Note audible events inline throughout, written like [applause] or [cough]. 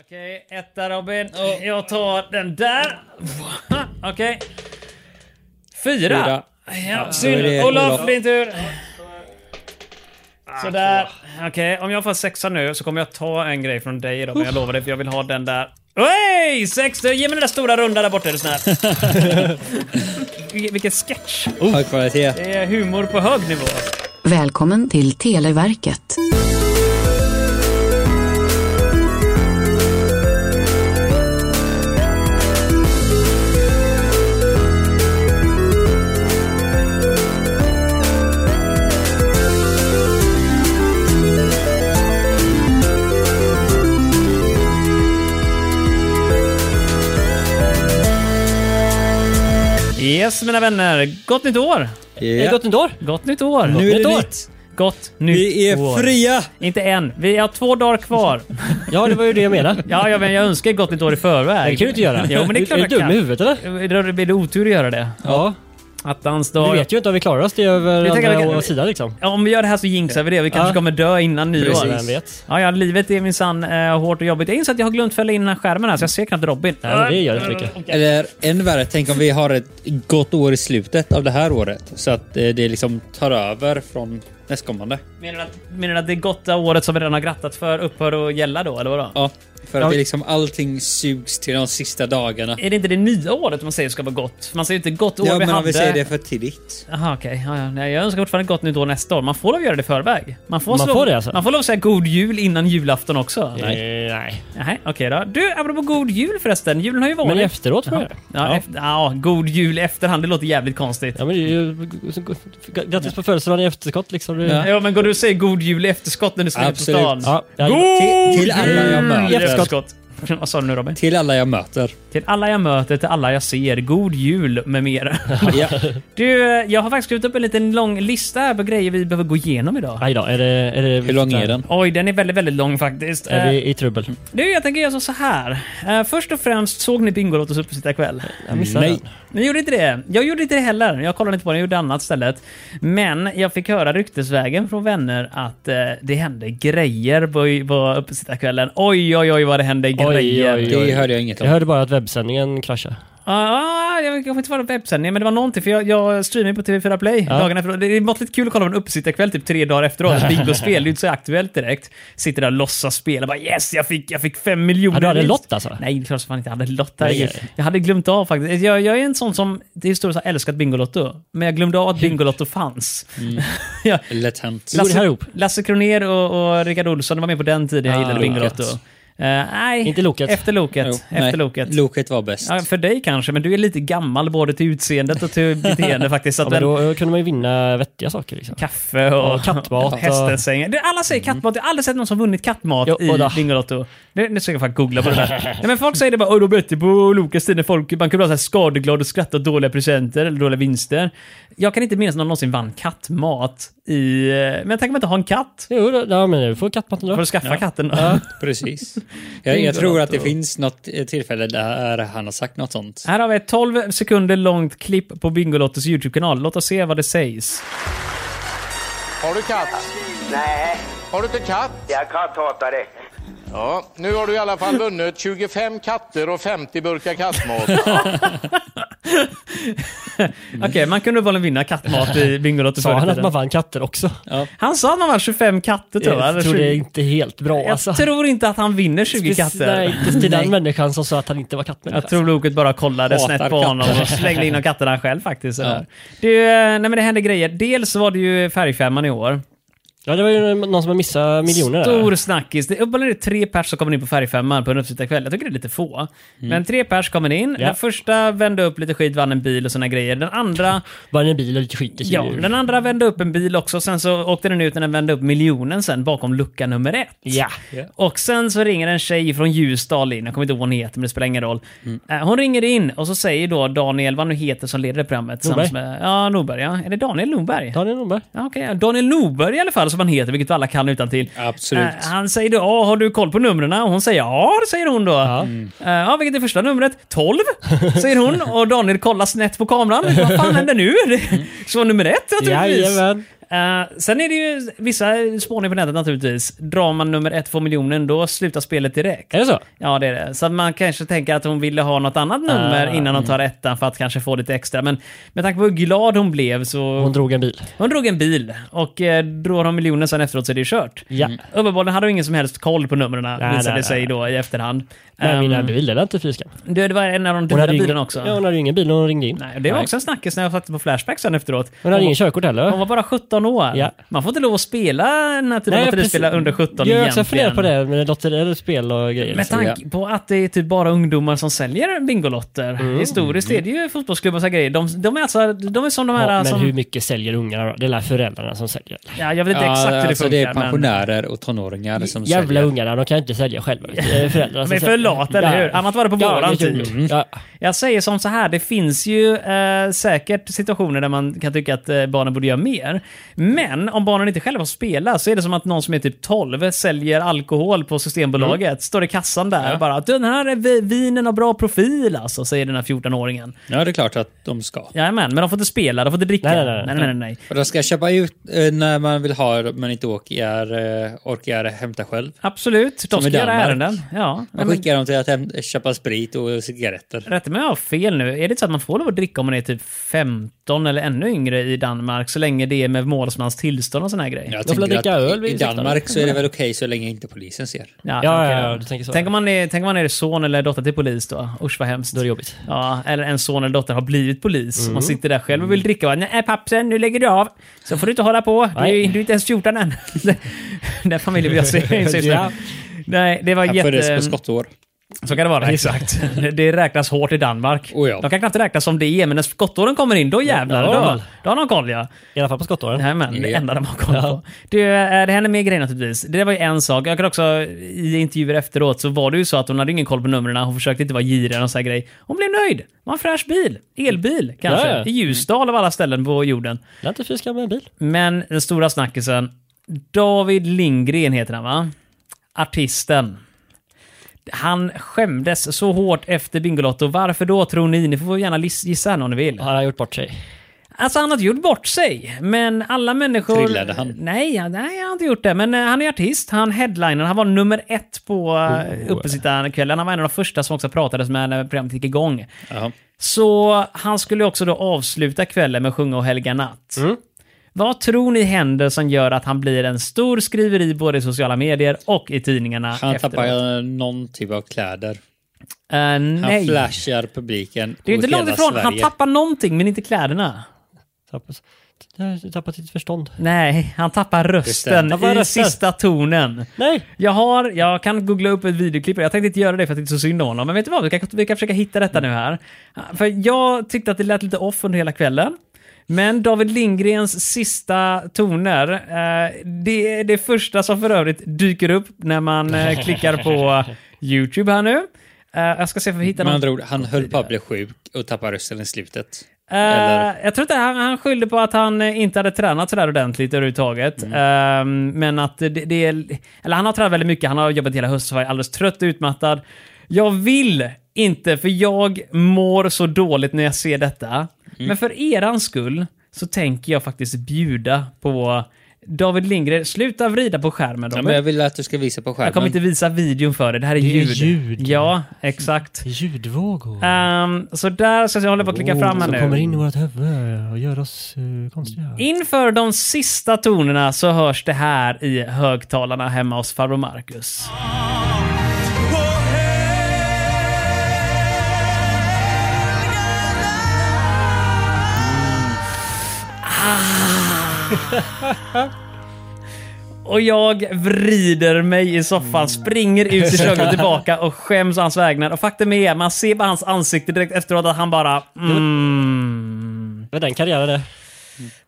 Okej, etta Robin. Jag tar den [laughs] där. Okej. Fyra. Fyra. Ja, då är det synd. Olof, Olof. din tur. Ah, Sådär. Okej, om jag får sexa nu så kommer jag ta en grej från dig idag, men jag lovar det för jag vill ha den där. Oj! Sex! Du, Ge mig den där stora runda där borta är du snäll. [laughs] Vilken vilken sketch. Hög kvalitet. Det är humor på hög nivå. Välkommen till Televerket. Yes, mina vänner. Gott nytt år! Ja. Är det gått en dag? Eh, Gott nytt år! Nu är Gott det år. nytt. Gott nytt Vi år. är fria! Inte än. Vi har två dagar kvar. Ja, det var ju det jag [laughs] menade. Ja, jag, men jag önskar ett gott nytt år i förväg. Det kan du inte göra. Jo, men det är klart Är du jag dum i kan. huvudet eller? Är det- Blir det otur att göra det? Ja. Attans Vi dag. vet ju inte om vi klarar oss det över Vi tänker andra vi kan- å- sidan liksom. Ja, om vi gör det här så jinxar vi det. Vi kanske Ja. kommer dö innan nyår. Vem vet? Ja, ja, livet är minsann eh, hårt och jobbigt. Jag inser att jag har glömt fälla in den här skärmen här, så jag ser knappt Robin. Eh, Nej, men det gör inte mycket. Eller än värre, tänk om vi har ett gott år i slutet av det här året. Så att eh, det liksom tar över från nästkommande. Menar du att, menar du att det gotta året som vi redan har grattat för upphör att gälla då, eller vadå? Ja, för att Ja. det liksom allting sugs till de sista dagarna. Är det inte det nya året man säger ska vara gott? För Man säger ju inte gott år Ja, vi men hade. om vi säger det för tidigt. Jaha okej, ja, ja. Nej, jag önskar fortfarande ett gott nytt år nästa år. Man får lov att göra det i förväg. Man får, Man slå- får det, alltså? man får lov att säga god jul innan julafton också. Eh, Nej. Nej, okej då. Du, apropå god jul förresten. Julen har ju varit... Men efteråt får jag Ja, göra det. ja. Efter, ja, god jul i efterhand. Det låter jävligt konstigt. Ja, men det är ju... Grattis på födelsedagen i efterskott liksom. Det- Ja, men går du och säger god jul i efterskott när du springer på Absolut. stan? Ja, ja. God Till- till alla jag jul möter. i efterskott. [laughs] Vad sa du nu Robin? Till alla jag möter. Till alla jag möter, till alla jag ser. God jul med mera. [laughs] Ja. Du, jag har faktiskt skrivit upp en liten lång lista här på grejer vi behöver gå igenom idag. Aj då, är det... Är det Hur lång är den? Mm, Oj, den är väldigt, väldigt lång faktiskt. Är Eh, vi i trubbel? Du, jag tänker göra så här. Eh, först och främst, såg ni Bingolottos uppesittarkväll? Jag missade Nej. den. Ni gjorde inte det? Jag gjorde inte det heller. Jag kollade inte på den, jag gjorde annat istället. Men jag fick höra ryktesvägen från vänner att eh, det hände grejer på, på uppesittarkvällen. Oj, oj, oj vad det hände grejer. oj, oj. Det hörde jag inget Jag om. hörde bara att webbsändningen kraschade. Ah, jag vet kanske inte vad det var webbsändning, men det var någonting för jag, jag streamade på TV4 Play Ja. dagen efter. Det är måttligt kul att kolla på en uppesittarkväll typ tre dagar efteråt. Ett Bingospel, det är ju inte så aktuellt direkt. Sitter där och låtsas spela. Bara yes, jag fick, jag fick fem miljoner. Ja, du hade minst. lott alltså? Nej, det är klart som fan inte jag hade lott. Här. Nej, Jag, nej. hade glömt av faktiskt. Jag, jag är en sån som, det är stora så här, älskat Bingolotto, men jag glömde av att Bingolotto fanns. ja, Lätt hänt. Mm. det här ihop? Lasse Kronér och, och Rickard Olsson var med på den tiden jag Ah, gillade Loket. Bingolotto. Eh, nej, Inte Loket. Efter Loket. Jo, nej. efter Loket. Loket var bäst. Ja, för dig kanske, men du är lite gammal både till utseendet och [laughs] till beteende faktiskt. Så Ja, att men den, då eh, kunde man ju vinna vettiga saker liksom. Kaffe och, Ja, [laughs] kattmat och- hästens sängar. Du, Alla säger kattmat. Jag har aldrig sett någon som vunnit kattmat Jo, och i då. Bingolotto. Nu, nu ska jag fan googla på det [laughs] där. Nej, men folk säger det bara “Oj, då bättre på Lokas tid när folk, man kunde vara så här skadeglad och skratta åt dåliga presenter eller dåliga vinster”. Jag kan inte minnas att någon någonsin vann kattmat i... eh, Men jag tänker mig inte ha en katt. Jo, då, ja, men du får kattmatten Får då. du skaffa katten? Precis. Jag, jag tror att det finns något eh, tillfälle där han har sagt något sånt. [laughs] Här har vi ett 12 sekunder långt klipp på Bingolottos YouTube-kanal. Låt oss se vad det sägs. Har du katt? Nej, Har du inte katt? jag är katthatare. Ja. Nu har du i alla fall vunnit 25 katter och 50 burkar kattmat. Okej, man kunde väl vinna kattmat [laughs] i Bingolotto Mm. Sa förr i han att tiden. man vann katter också? Han sa att man var 25 katter tror jag. eller Jag tror 20. det är inte helt bra jag alltså. [laughs] tror inte att han vinner 20 katter. Nej, inte till den människan som sa att han inte var kattmänniska. Jag tror Loket bara kollade Hatar snett på katter. honom och slängde in de katterna själv faktiskt. Ja. Du, eh, nej men det hände grejer. Dels var det ju Färgfemman i år. Ja, det var ju någon som har missat miljoner Stor där. snackis. Det är uppenbarligen tre pers som kommer in på Färgfemman på en uppsittarkväll. Jag tycker det är lite få. Men tre pers kommer in. Ja. Den första vände upp lite skit, vann en bil och såna grejer. Den andra Bara en bil och lite skit i sig. Ja, den andra vände upp en bil också, sen så åkte den ut när den vände upp miljonen sen bakom lucka nummer ett. Ja. Och sen så ringer en tjej från Ljusdal in, jag kommer inte ihåg vad hon heter men det spelar ingen roll. Mm. Eh, Hon ringer in och så säger då Daniel, vad nu heter som leder programmet. tillsammans Norberg. Med, ja, Norberg ja. Är det Daniel Norberg? Daniel Norberg. Ja, okej, ja. Daniel Norberg i alla fall, som han heter, vilket alla kan utan till. Eh, Absolut. han säger då, "Ja, har du koll på numren? Och hon säger ja, det säger hon då. Ja. Mm. ja, vilket är första numret? 12, säger hon. Och Daniel kollar snett på kameran. Vad fan händer nu? Det- Så nummer ett naturligtvis. Jajamän. Eh, sen är det ju vissa spåningar på nätet naturligtvis. Drar man nummer ett för miljonen, då slutar spelet direkt. Är det så? Ja, det är det. Så att man kanske tänker att hon ville ha något annat nummer Ah, innan hon tar ettan för att kanske få lite extra. Men med tanke på hur glad hon blev så... Hon Hon, drog en bil. drog en bil och eh, drar hon miljonen sen efteråt så är det ju kört. Ja. Uppenbarligen hade hon ingen som helst koll på numren, Nej, visade nej, sig nej. då i efterhand. Men min Ehm, bil, den är inte fy skam. du, det var en av de dyra ju bilarna ingen- också. Ja, hon hade ju ingen bil när hon ringde in. Nej, och det var också en snackis när jag satte på Flashback sen efteråt. Hon hade ingen körkort heller. Hon var typ bara 17 år. Ja. Man får inte lov att spela den här typen av lotterispel under 17 Jag har också egentligen. funderat på det med lotteri eller spel och grejer. Med tanke på att det är typ bara ungdomar som säljer Bingolotter. Mm. Historiskt är det ju fotbollsklubbar och så här grejer. De, de, är alltså, de är som de här ja, men som... hur mycket säljer ungarna då? Det är väl föräldrarna som säljer. ja, jag vet inte exakt hur det alltså det funkar. är men... pensionärer och tonåringar som Jävla säljer. ungarna, de kan inte sälja själva. Det är föräldrarna [laughs] De är som för säljer. lata, eller hur? Annat var det på våran det är tid. kul. Ja. Jag säger som så här, det finns ju eh, säkert situationer där man kan tycka att eh, barnen borde göra mer. Men om barnen inte själva får spela så är det som att någon som är typ 12 säljer alkohol på Systembolaget, Mm. står i kassan där och bara "Du, “Den här är vi- vinen har bra profil” alltså, säger den här 14-åringen. Ja, det är klart att de ska. Jajamän, men de får inte spela, de får inte dricka. Nej, nej, nej. nej, nej, nej. Och de ska köpa ut eh, när man vill ha men inte orkar, eh, orkar hämta själv. Absolut, de Som i ska göra Danmark. ärenden. Ja. Nej, Man men, skickar dem till att häm- köpa sprit och cigaretter. rätta mig om jag har fel nu, är det inte så att man får lov att dricka om man är typ 15 eller ännu yngre i Danmark, så länge det är med målsmans tillstånd och sån här grej? Jag får tänker dricka att öl i- vid I ursäkten. Danmark så är det väl okej så länge inte polisen ser. Ja, Ja, okej ja, då. du tänker så. Tänk om, man är, tänk om man är son eller dotter till polis då? Usch vad hemskt. Då är det jobbigt. Ja, eller en son eller dotter har blivit polis. Man sitter där själv och vill dricka. och bara, Nej äh, pappsen, nu lägger du av. Så får du inte hålla på. Du är, ju- Nej. du är inte ens 14 än. [laughs] Den familjen vill jag se. syns det. Ja. Nej, det var Här föddes på jätte... skottår. Så kan det vara. Exakt. Det- [laughs] Det räknas hårt i Danmark. Oh ja. De kan knappt räknas som det är, men när skottåren kommer in, då jävlar. Ja. Då, då har de koll ja. I alla fall på skottåren. Nej, men det Ja. enda de har koll på. Du, eh, det händer mer grejer naturligtvis. Det där var ju en sak. Jag kan också, i intervjuer efteråt så var det ju så att hon hade ingen koll på numren. Hon försökte inte vara girig eller någon sån här grej. Hon blev nöjd. Det var en fräsch bil. Elbil kanske. Ja, ja. I Ljusdal av alla ställen på jorden. Det är inte fy skam med en bil. Men den stora snackisen. David Lindgren heter han va? Artisten. Han skämdes så hårt efter Bingolotto. Varför då tror ni? Ni får gärna lis- gissa här om ni vill. Har han gjort bort sig? Alltså han har inte gjort bort sig, men alla människor... Trillade han? Nej, han- nej, han har inte gjort det. Men eh, han är artist, han headliner, han var nummer ett på oh. uppesittarkvällen. Han var en av de första som också pratades med när programmet gick igång. Jaha. Så han skulle också då avsluta kvällen med att sjunga och helga natt. Mm. Vad tror ni händer som gör att han blir en stor skriveri både i sociala medier och i tidningarna Han efteråt? tappar eh, någon typ av kläder. Eh, Han nej. flashar publiken Det är inte och hela långt ifrån. Sverige. Han tappar någonting, men inte kläderna. Tappas- Tappat sitt förstånd. Nej, han tappar rösten Tappar i rösten. sista tonen. Nej! Jag har, jag kan googla upp ett videoklipp. Jag tänkte inte göra det för att det är så synd om honom. Men vet du vad? Vi kan, vi kan försöka hitta detta nu här. För jag tyckte att det lät lite off under hela kvällen. Men David Lindgrens sista toner, eh, det är det första som för övrigt dyker upp när man eh, klickar på YouTube här nu. Eh, jag ska se om vi hittar Med någon. andra ord, han höll på att bli sjuk och tappade rösten i slutet. Eh, Eller? jag tror inte han, han skyllde på att han eh, inte hade tränat sådär ordentligt överhuvudtaget. Eh, men att det, det är... Eller han har tränat väldigt mycket, han har jobbat hela hösten, så han är alldeles trött och utmattad. Jag vill inte, för jag mår så dåligt när jag ser detta. Men för eran skull så tänker jag faktiskt bjuda på David Lindgren. Sluta vrida på skärmen Ja, Robert. men jag jag, vill att du ska visa på skärmen. kommer inte visa videon för dig, det här är Det är ljud. ljud. Ja, exakt. Ljudvågor. Ehm, så där ska jag hålla på att klicka fram här Som nu. kommer in i vårt huvud och gör oss eh, konstiga. Inför de sista tonerna så hörs det här i högtalarna hemma hos farbror Marcus. Och jag vrider mig i soffan, springer ut i köket och tillbaka och skäms å hans vägnar. Och faktum är, man ser på hans ansikte direkt efteråt att han bara... Mm. Vad den karriären är.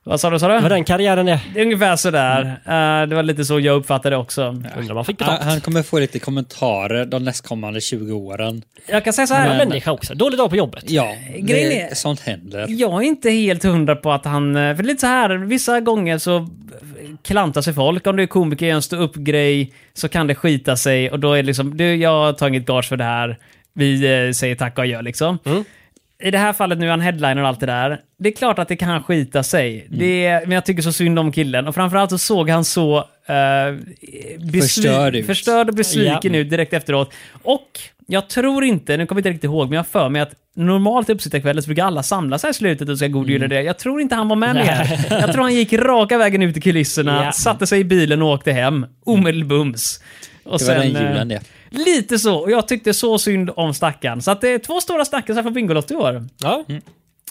Vad sa du? Sa du? Vad den karriären är. Det är Ungefär sådär. Eh, det var lite så jag uppfattade det också. Undrar om han fick Han, betalt. han kommer få lite kommentarer de nästkommande 20 åren. Jag kan säga så Han är här. en människa också. Dålig dag på jobbet. Ja, Grejen det, är- sånt händer. Jag är inte helt hundra på att han... eh, För det är lite så här, vissa gånger så eh, klantar sig folk. Om du är komiker i en stå-upp-grej så kan det skita Mm. sig och då är det liksom, du jag tar inget gage för det här. Vi eh, säger tack och adjö liksom. i det här fallet nu är han headliner och allt det där. Det är klart att det kan skita sig. Mm. Det, men jag tycker så synd om killen. Och framförallt så såg han så eh, besvi- Förstörd ut. förstörd och besviken Ja. ut direkt efteråt. Och jag tror inte, nu kommer jag inte riktigt ihåg, men jag har för mig att normalt i uppsittarkvällen så brukar alla samlas här i slutet och ska godgöra Mm. det. Jag tror inte han var med mer. Jag tror han gick raka vägen ut i kulisserna, Ja. satte sig i bilen och åkte hem. Omedelbums. Och Mm. Det var den eh, julen, ja. Lite så, och jag tyckte så synd om stackaren. Så att det är två stora stackare från Bingolotto i år. Ja,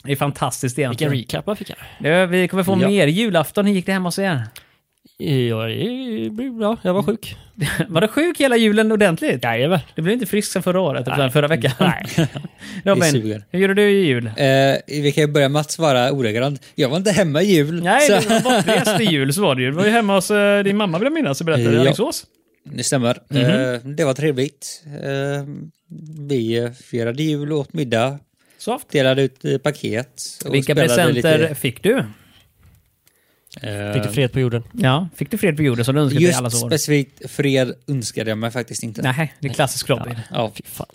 Det är fantastiskt vilken egentligen. recap man fick här. Det, vi kommer få Ja. mer julafton. Hur gick det hemma hos er? Ja, det blev bra. Jag var sjuk. Var du sjuk hela julen ordentligt? Jajamän. Du blev inte frisk sen förra året, utan förra veckan. [laughs] Nej. Det Robin, suger. hur gjorde du i jul? Eh, vi kan ju börja med att svara ordagrant. Jag var inte hemma i jul. Nej, så... du var bortrest i jul så var det ju. Du var ju hemma hos eh, din mamma vill jag minnas och berättade i Ja. Alingsås. Det stämmer. Mhm. Eh, det var trevligt. Eh, vi eh, firade jul och åt middag. Soft. Delade ut eh, paket. och Vilka spelade presenter lite, fick du? eh, Fick du fred på jorden. Ja, fick du fred på jorden som du önskade i alla Just år? specifikt fred önskade jag mig faktiskt inte. Nej, det är klassisk Robin. Ja, Fy fan.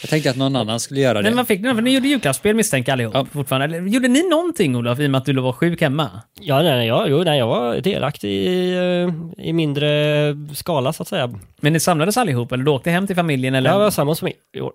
jag tänkte att någon annan skulle göra det. Men man fick den, för ni gjorde julklappsspel misstänker jag allihop Ja. fortfarande. Eller, gjorde ni någonting Olof, i och med att du var sjuk hemma? Ja, nej, nej, jag, jo, nej, jag var delaktig i, eh, i mindre skala så att säga. Men ni samlades allihop, eller du åkte hem till familjen? Eller? Jag var samma som i i år.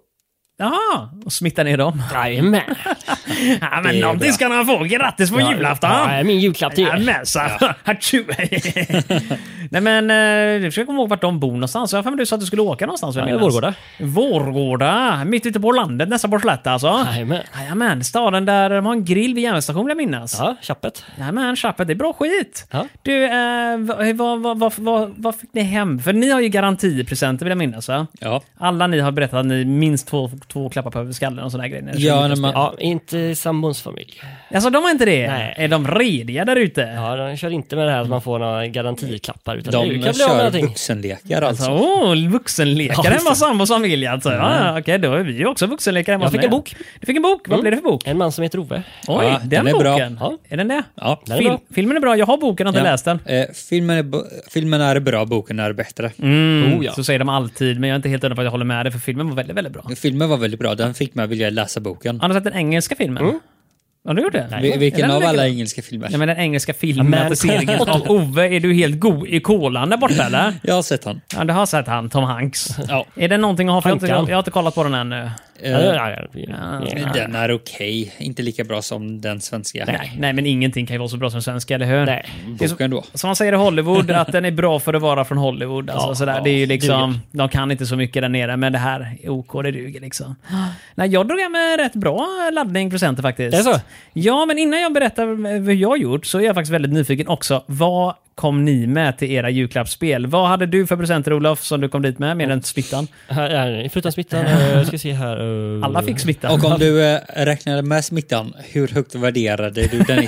Jaha, och smittade ner dem? [laughs] Jajamän. Ja, Det men är någonting bra. ska han få. Grattis på julafton! Ja, min julklapp till er. Jajamän, så. Hachu. [laughs] Nej men, eh, jag försöker komma ihåg vart de bor någonstans. Jag har för mig du sa att du skulle åka någonstans. vill jag Ja, minnas. Vårgårda. Vårgårda, mitt ute på landet, nästan på Slätta alltså. Jajamän. Jajamän, staden där de har en grill vid järnvägsstationen vill jag minnas. Ja, tjappet. Jajamän, Chappet, det är bra skit. Ja. Du, eh, vad, vad, vad, vad, vad, vad fick ni hem? För ni har ju garantipresenter vill jag minnas va? Ja. Alla ni har berättat att ni minst två, två klappar på skallen och sådana grejer. när ni kör Ja, när julklappsspel. man, Ja, inte sambons familj. Alltså de har inte det? Nej. Är de rediga där ute? Ja, de kör inte med det här att man får några garantiklappar. Utan de du kan bli av med kör någonting. vuxenlekar alltså. Alltså, åh, vuxenlekar Ja, hemma just hos sambos familj alltså. Ja, Okej, då är vi ju också vuxenlekar hemma Jag hos fick mig. en bok. Du fick en bok? Vad blev det för bok? En man som heter Ove. Oj, Ja, den, den är bra. boken. Ja. Är den det? Ja. Den är Fil- bra. filmen är bra, jag har boken, jag har inte Ja. läst den. Eh, filmen, är, bo- filmen är bra, boken är bättre. Mm, Oh, ja. Så säger de alltid, men jag är inte helt hundra på att jag håller med dig, för filmen var väldigt, väldigt bra. Filmen var väldigt bra, den fick mig att vilja läsa boken. Har du sett den engelska filmen? Har du gjort det? Vi- Är Vilken den av alla likadan? engelska filmer? Ja, men den engelska [laughs] Man- filmmatiseringen av Ove, är du helt go i kolan där borta eller? Jag har sett han. Ja, du har sett han, Tom Hanks. Ja. Är det någonting att ha? För jag, har inte, Ankan. jag har inte kollat på den ännu. Eh, Ja, ja, ja, ja. Ja. Den är okej, inte lika bra som den svenska. Nej. Nej, men ingenting kan ju vara så bra som svenska, eller hur? Nej. Det är så- Boken då. Som man säger i Hollywood, att den är bra för att vara från Hollywood. Alltså, Ja, sådär. ja, Det är ju det liksom, duger. de kan inte så mycket där nere, men det här är OK, det duger [gasps] liksom. Nej, jag drog hem en rätt bra laddning presenter faktiskt. Är det så? Ja, men innan jag berättar vad jag har gjort så är jag faktiskt väldigt nyfiken också. Vad kom ni med till era julklappsspel? Vad hade du för presenter, Olof, som du kom dit med, mer än smittan? Här, här, förutom [laughs] smittan, eh, ska vi se här. eh, Alla fick smittan. Och om du eh, räknade med smittan, hur högt värderade du den [laughs] i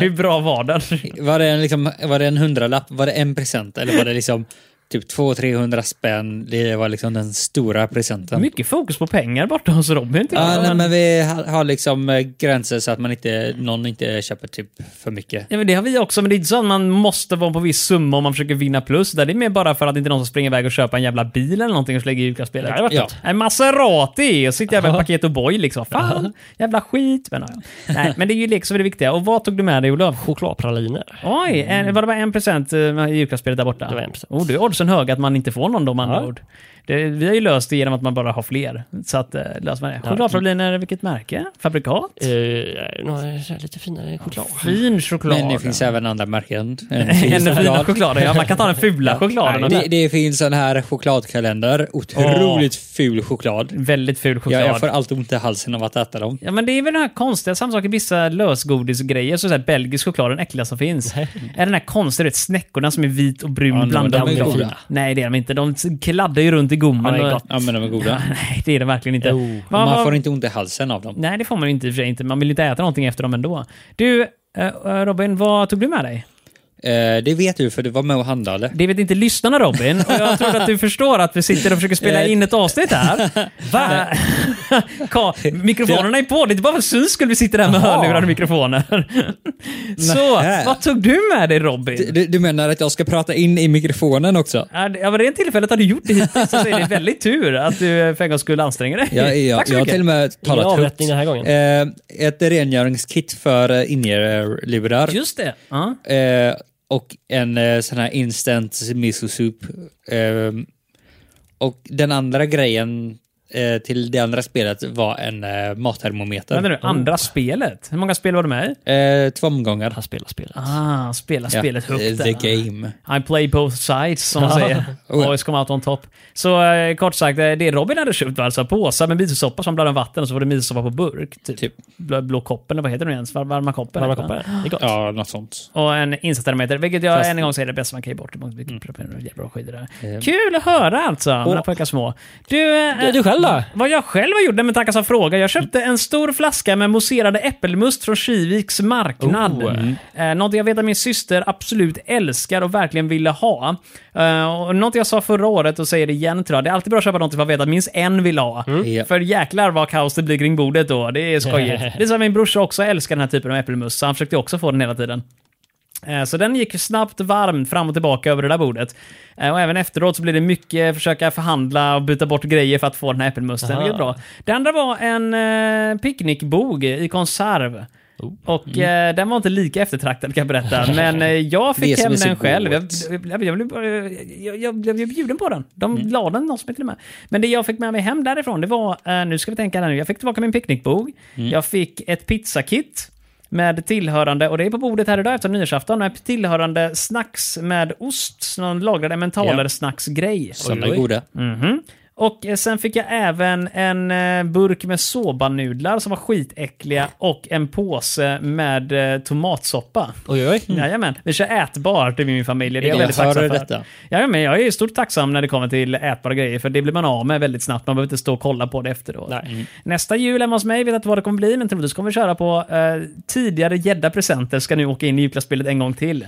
[laughs] Hur bra var [laughs] den? Var det, en, liksom, var det en hundralapp? Var det en present? Eller var det liksom typ 200-300 spänn? Det var liksom den stora presenten. Mycket fokus på pengar borta hos Robin. tycker Ja, jag. nej, Men- men vi har, har liksom eh, gränser så att man inte, någon inte köper typ för mycket. Ja, men det har vi också, men det är inte så att man måste vara på viss summa om man försöker vinna plus. Där det är mer bara för att inte någon ska springa iväg och köpa en jävla bil eller någonting och slägga i Det julklappsspelet. hade varit Ja. något. En Maserati! Och sitter jag med ett paket och boy liksom. Fan, jävla skit. Men, ja. Nej, men det är ju lek som är det viktiga. Och vad tog du med dig Olof? Chokladpraliner. Oj, en, var det bara en present eh, i julklappsspelet där borta? Det var en present. Oh, det är oddsen höga att man inte får någon då med andra Ja. ord. Det, vi har ju löst det genom att man bara har fler. Så att, eh, löser man det. Chokladpraliner, vilket märke? Fabrikat? Eh, några så här lite finare choklad. Fin choklad. Men det finns även andra märken. En fin En choklad. fina chokladen, ja. Man kan ta den fula chokladen. och Det, det finns sån här chokladkalender. Otroligt ful choklad. Väldigt ful Jag, choklad. jag får alltid ont i halsen av att äta dem. Ja men det är väl den här konstiga, samma sak i vissa lösgodisgrejer, så, så här, belgisk choklad är den äckligaste som finns. är den här konstiga, du vet, snäckorna som är vit och brun Ja, men blandad de är med goda. fina. Nej det är de inte, de kladdar ju runt i gommen. Ja, det är och- gott. Ja, men de är goda. [laughs] Nej det är de verkligen inte. Jo. Vad- Man vad- får inte ont i halsen av dem. Nej det får man ju inte i och för sig inte, man vill ju inte äta någonting efter dem ändå. Du, eh, eh, Robin, vad tog du med dig? Eh, det vet du för du var med och handlade. Det vet inte lyssnarna Robin, och jag tror att du förstår att vi sitter och försöker spela in ett avsnitt här. Va? [laughs] Ka, mikrofonerna är på, det är inte bara för syns skulle vi sitter där med Jaha. hörlurar och [laughs] mikrofoner. Så, Nähä. vad tog du med dig Robin? Du- Du, du menar att jag ska prata in i mikrofonen också? Ja, det- ja, vid det tillfället har du gjort det hittills, så är det väldigt tur att du eh, för en gångs skull anstränger dig. Jag, jag, Tack så jag har mycket. till och med Ingen talat högt. avrättning den här gången. Eh, ett rengöringskit för eh, in-ear-lurar. Just det. Ja. Eh, och en eh, sån här instant miso soup. Eh, och den andra grejen eh, till det andra spelet var en eh, mattermometer. Vänta nu, andra spelet? Hur många spel var du med i? Eh, två omgångar. Han spelar spelet. Ah, spela Ja, spelet eh, högt The där. game. I play both sides, som man säger. [laughs] Oh ja. Always come out on top. Så eh, kort sagt, eh, det Robin hade köpt var alltså en påse med misosoppa som blandade vatten och så var det misosoppa på burk. Typ. Typ. Blå, blå koppen, eller vad heter den ens? Var- Varma koppen? Varma heter den. koppar. Det är gott. Ja, något sånt. Och en insatstermometer, vilket jag Fast- än en gång säger är det bästa man kan ge bort. Man mm. jävla skidor där. Kul att höra alltså, mina pojkar små. Du, eh, Du- Du själv då? vad jag själv har gjort, nej men tackas av fråga. Jag köpte en stor flaska med mousserande äppelmust från Kiviks marknad. Oh. Mm. Eh, något jag vet att min syster absolut älskar och verkligen ville ha. Eh, och något jag sa förra året och säger det igen tror jag, det är alltid bra att köpa något man vet att minst en vill ha. Mm. Ja. För jäklar vad kaos det blir kring bordet då. Det är skojigt. [laughs] det är som min brorsa också älskar den här typen av äppelmust, så han försökte också få den hela tiden. Eh, Så den gick snabbt varm fram och tillbaka över det där bordet. Eh, Och även efteråt så blev det mycket försöka förhandla och byta bort grejer för att få den här äppelmusten. Det är bra. Det andra var en eh, picknickbog i konserv. Oh. Och eh, den var inte lika eftertraktad kan jag berätta. Men eh, jag Mm. Det fick är som hem är så den själv. Jag, gott. jag, jag, blev bara- jag, jag blev ju bjuden på den. De la den någon som inte med. Men det jag fick med mig hem därifrån, det var, eh, nu ska vi tänka här nu, jag fick tillbaka min picknickbog. Jag fick ett pizzakit med tillhörande, och det är på bordet här idag efter nyårsafton, med tillhörande snacks med ost, någon lagrad emmentaler-snacksgrej. Sådana Oj, är oj. goda. Mhm. Och eh, sen fick jag även en eh, burk med sobanudlar som var skitäckliga och en påse med eh, tomatsoppa. Oj, oj. Jajamän, vi kör ätbart i min familj. Det är jag Jag väldigt hör tacksam för. detta. Jajamän, jag är stort tacksam när det kommer till ätbara grejer, för det blir man av med väldigt snabbt. Man behöver inte stå och kolla på det efteråt. Nej. Nästa jul hemma hos mig vet jag inte vad det kommer bli, men troligtvis kommer vi köra på eh, tidigare gädda-presenter ska nu åka in i julklappsspelet en gång till.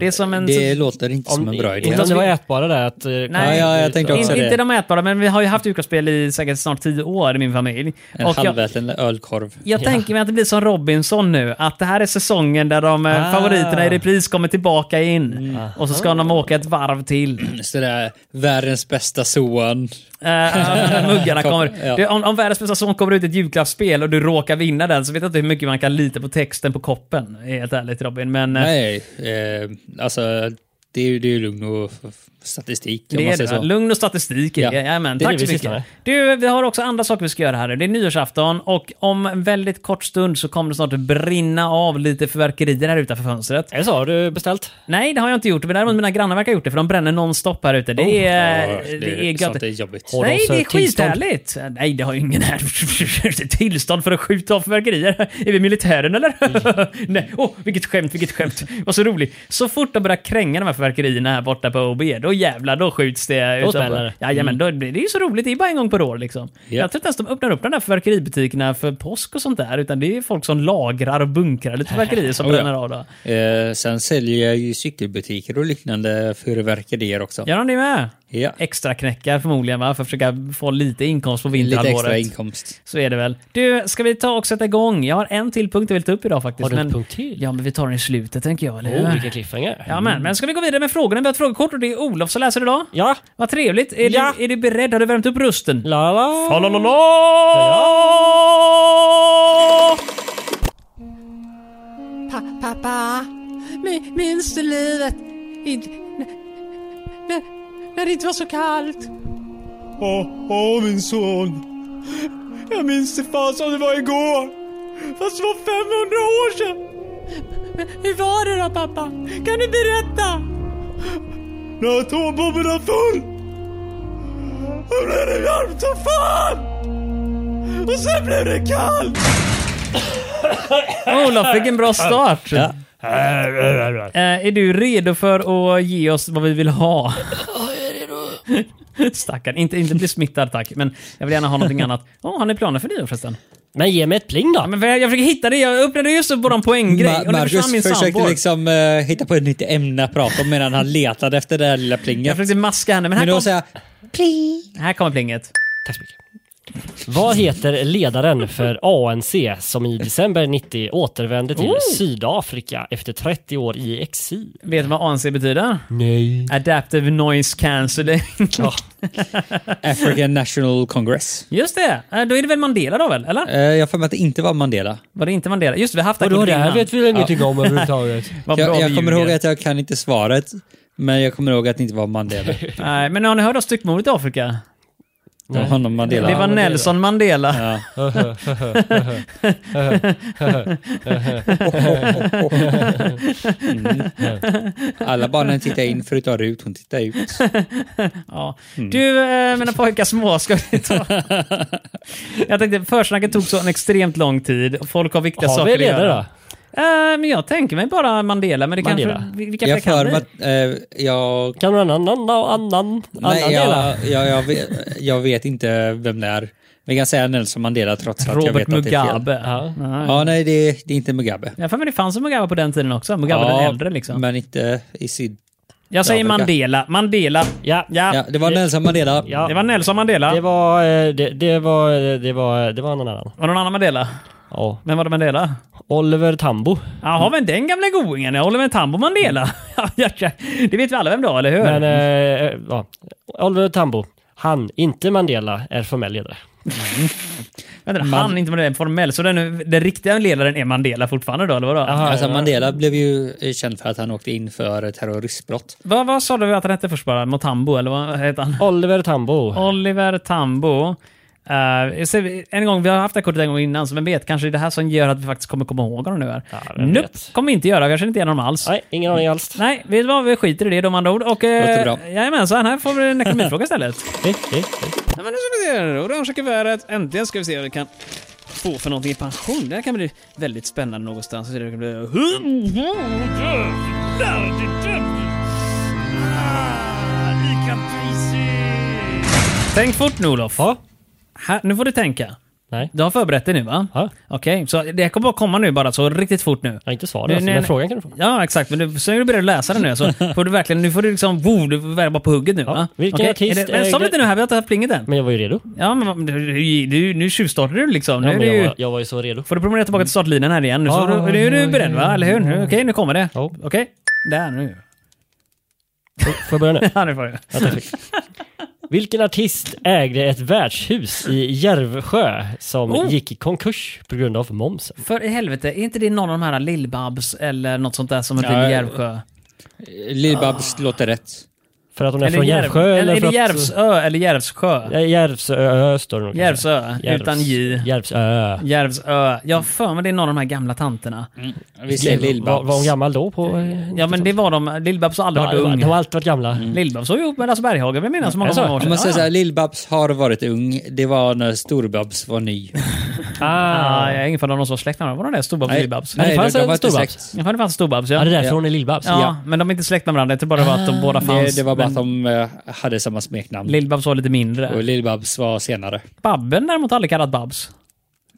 Det är som en... Det låter inte som en bra idé. Inte om det var ätbara där. Att, eh, Nej, ja, jag tänkte också In, det. inte de ätbara, men vi har ju haft julklappsspel i säkert snart tio år i min familj. En Och jag, halväten ölkorv. jag tänker mig att det blir som Robinson nu, att det här är säsongen där de eh, Ah. favoriterna i repris kommer tillbaka in. Mm. Och så ska de Ah. åka ett varv till. [laughs] Sådär, världens bästa soan. Eh, muggarna kommer. Ja. Du, om, om världens bästa son kommer ut i ett julklappsspel och du råkar vinna den så vet jag inte hur mycket man kan lita på texten på koppen. Helt ärligt Robin. Men eh, Nej, eh, alltså det är ju det är ju lugn och f- f- statistik om det man är säger det. så. va? Lugn och statistik. Ja. Ja. Jajamän, Det är tack det vi så sysslar mycket. Du, vi har också andra saker vi ska göra här nu. Det är nyårsafton och om en väldigt kort stund så kommer det snart brinna av lite fyrverkerier här utanför fönstret. Är det så? Har du beställt? Nej, det har jag inte gjort. Men däremot mina grannar verkar ha gjort det för de bränner nonstop här ute. Det är, Oh, Ja, det, är det, gött. sånt är jobbigt. Har de Nej, det är sökt tillstånd? skithärligt. Nej, det har ju ingen här. [laughs] tillstånd för att skjuta av fyrverkerier. Är vi militären eller? Mm. [laughs] Nej, åh, vilket skämt, vilket skämt. Vad så roligt. Så fort de börjar kränga de här fyrverkerierna här borta på OB, då jävlar, då skjuts det. Då utanför. smäller det. Mm. Jajamän, då, det är ju så roligt. Det är bara en gång per år liksom. Jag tror inte ens de öppnar upp de där fyrverkeributikerna för påsk och sånt där, utan det är folk som lagrar och bunkrar lite fyrverkerier som Oh ja. bränner av. Då. Eh, sen säljer jag ju cykelbutiker och liknande fyrverkerier också. Gör de det med? Ja. Extra knäckar förmodligen va, för att försöka få lite inkomst på Lite vinterhalvåret. extra inkomst. Så är det väl. Du, ska vi ta och sätta igång? Jag har en till punkt jag vill ta upp idag faktiskt. Har du en men... punkt till? Ja, men vi tar den i slutet tänker jag, eller hur? Oh, vilken cliffhanger. Ja, men, men ska vi gå vidare med frågorna? Vi har ett frågekort och det är Olof som läser idag. Ja. Vad trevligt. Är, Ja. du, är du beredd? Har du värmt upp rösten? La, la, la. Pa- pappa, mi- minns du livet? Inte, när, när det inte var så kallt? Åh, åh min son. Jag minns det fan som det var igår. Fast det var 500 år sedan. Men hur var det då pappa? Kan du berätta? När atombomben var full. Då blev det varmt som fan. Och sen blev det kallt. Olof, vilken bra start! Eh, är du redo för att ge oss vad vi vill ha? [laughs] Stackarn. Inte, inte bli smittad tack, men jag vill gärna ha någonting annat. Åh, har ni planer för nyår förresten? Men ge mig ett pling då. Ja, men jag försöker hitta det. Jag öppnade just upp våran poänggrej Ma- och nu försvann min Marcus försökte soundboard. liksom eh, hitta på ett nytt ämne att prata om medan han letade efter det där lilla Jag plinget. försökte maska henne, men här, Men då kom, säger jag, här kommer plinget. Tack så mycket. Vad heter ledaren för ANC som i december 90 återvände till Sydafrika efter 30 år i exil? Vet du vad ANC betyder? Nej. Adaptive Noise Cancelling. [laughs] African National Congress. Just det! Eh, Då är det väl Mandela då väl? Eller? Eh, jag får med att det inte var Mandela. Var det inte Mandela? Just det, vi har haft Vadå, Akon det här innan. vet vi väl ingenting om överhuvudtaget. Vad bra Jag, vi jag kommer ljuger. ihåg att jag kan inte svaret, men jag kommer ihåg att det inte [laughs] var Mandela. Nej, men har ni hört om styckmordet i Afrika? Det var honom Mandela. Det var Mandela. Nelson Mandela. Ja. [laughs] mm. Alla barnen tittar in förutom Rut, hon tittar ut. Ja. Mm. Du, eh, mina pojkar små, ska vi [laughs] ta? jag tänkte, försnacket tog så en extremt lång tid och folk har viktiga Har saker vi att det göra. då? Eh, men jag tänker mig bara Mandela, men det Mandela. kanske... Vi, vi kanske Jag kan för mig det. att eh, jag... Kan någon annan, annan, annan Nej, dela? jag, jag, jag, vet, jag vet inte vem det är. Vi kan säga Nelson Mandela trots att jag Robert vet att det är fel. Mugabe. Ja. Ja. Ja, nej, det, det är inte Mugabe. Jag har för mig det fanns en Mugabe på den tiden också. Mugabe den äldre liksom. Men inte i syd... jag säger Afrika. Mandela. Mandela. Ja, ja, Ja. Ja, det var Nelson Mandela. ja. Det var Nelson Mandela. Det var, eh, det, det var, eh, det var, det var någon annan. Var det någon annan Mandela? Ja. Vem var det Mandela? Oliver Tambo. Jaha, men den gamla goingen. Jag håller med Tambo Mandela. [laughs] Ja, ja, ja. det vet vi alla vem det var, eller hur? Men, eh, eh, ja. Oliver Tambo. Han, inte Mandela, är formell ledare. Vänta, han är inte Mandela formell, så den, den riktiga ledaren är Mandela fortfarande då, eller vadå? Alltså Mandela blev ju eh, känd för att han åkte in för terroristbrott. Vad, vad sa du att han hette först bara? Motambo, eller vad hette han? Oliver Tambo. Oliver Tambo. Eh, jag ser- en gång, vi har haft det här kortet en gång innan, så vem vet, kanske det är det här som gör att vi faktiskt kommer komma ihåg vad de nu är. Ja, vem Nupp, vet. kommer vi inte göra, jag känner inte igen honom alls. Nej, ingen aning alls. Nej, vet du vad? Vi skiter i det då med andra ord. Och, Låter eh, bra. Jajamensan, här får vi en ekonomifråga istället. Eh, eh, Nej, men nu ska vi se. här. Orange kuvertet. Äntligen ska vi se vad vi kan få för någonting i pension. Det här kan bli väldigt spännande någonstans. Det kan bli... Tänk fort nu Olof. Ja. Här, nu får du tänka. Nej. Du har förberett dig nu va? Ja. Okej, så det här kommer bara komma nu bara så riktigt fort nu. Jag har inte svarat, Nej, alltså, nej, men nej. frågan kan du få. Ja, exakt. Men nu, sen är du beredd att läsa den nu. [laughs] Så får du verkligen, nu får du liksom... Wow, du är bara på hugget nu. Ja, va? vilken Okej, artist är det- Men ägde- stopp lite nu här, vi har inte haft plinget än. Men jag var ju redo. Ja, Ja, men du, du, du, nu tjuvstartar du liksom. Nu är men det jag, ju... var, jag var ju så redo. Får du promenera tillbaka till startlinan här igen. Nu, så, Ja, nu är ja, du beredd ja, va? Eller hur? Nu, okej, nu kommer det. Ja. Okej. Där nu. Får jag börja nu? Ja, nu får jag. Ja, tack. Vilken artist ägde ett värdshus i Järvsjö som Oh. gick i konkurs på grund av momsen? För i helvete, är inte det någon av de här Lill-Babs eller något sånt där som heter Ja, Järvsjö? Ah. Lill-Babs låter rätt. För att hon är Eller från Järv- Järvsjö? eller, eller är för det att- Järvsö eller Järvsjö? Ja, Järvsö står det nog. kanske. Järvsö, Järvs- utan J. Järvsö. Järvsö. Jag har för mig det är någon av de här gamla tanterna. Vi säger Var, var hon Lill-Babs. gammal då? På, eh, Ja men det var de, Lill-Babs har aldrig Ja, varit de, ung. Mm. har alltid varit gamla. Lill-Babs var ju ihop med Lasse Berghagen vill jag minnas, många, Är det så? många år Om sedan. man säger Ah, Ja, så här, Lill-Babs har varit ung. Det var när Storbabs [laughs] var ny. Ah, Ah. jag har ingen aning om någon som var släkt med varandra. Var de det? Storbabs och Lill-Babs? det fanns de- de en var inte Storbabs. släkt. Ja, för det fanns Storbabs ja. Ja, det är därför Ja. hon är Lill-Babs. Ja, Ja. men de är inte släkt med varandra. Jag tror bara det var att de båda fanns. Det, det var bara men att de eh, hade samma smeknamn. Lill-Babs var lite mindre. Och Lill-Babs var senare. Babben däremot har aldrig kallat Babs.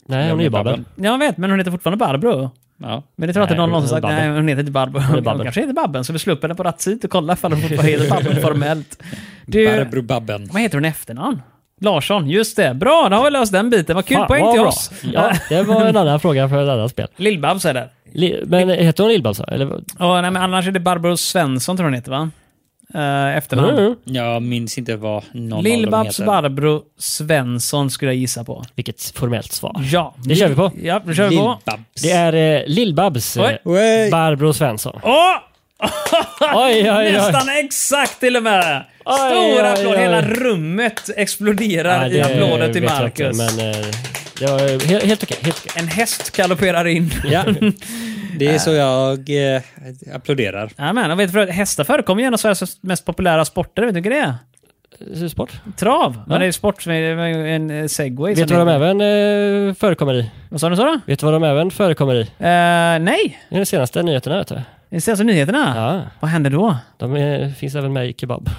Nej, hon är ju Babben. Jag vet, men hon heter fortfarande Barbro. Ja. Men det tror jag inte Nej, någon hon- någonsin sagt. hon är Nej, hon heter inte Barbro. Hon, Babben. kanske heter Babben, så vi slår upp henne på Ratsit och kollar ifall hon fortfarande heter Babben formellt. Du, Barbro Babben. vad heter hon i efternamn? Larsson, just det. Bra, då har vi löst den biten. Vad kul, Fan, poäng vad till bra. oss. Ja, det var [laughs] en annan fråga för ett annat spel. Lill-Babs är det. Li- Men heter hon Lill-Babs? Eller? Och, nej, men annars är det Barbro Svensson tror jag hon heter, va? Eh, efternamn. Mm. Jag minns inte vad någon av dem Lill-Babs heter. Barbro Svensson skulle jag gissa på. Vilket formellt svar. Ja, Det kör vi på. Ja, det kör vi på. Lill-Babs. Det är eh, Lill-Babs, eh, Oj. Oj. Barbro Svensson. Åh! Oj, oj, oj. Nästan exakt till och med! Oj, Stor oj, applåd, oj. hela rummet exploderar Ja, i det applåder till vet jag Marcus. inte, men eh, det var eh, he- helt okej. Helt okej. En häst galopperar in. Ja, det är så jag eh, applåderar. Jajamän, och vet du, för att hästar förekommer ju i en av Sveriges mest populära sporter, vet du inte det? Eh, Sport. Trav! Men det är sport som är en eh, segway. Vet du som vad de heter. även eh, förekommer i? Vad sa du? Sa du? Vet du vad de även förekommer i? Eh, nej, Det är de senaste nyheterna, vet du. eh, det är senaste nyheterna. Ja, Vad händer då? de är, finns även med i kebab.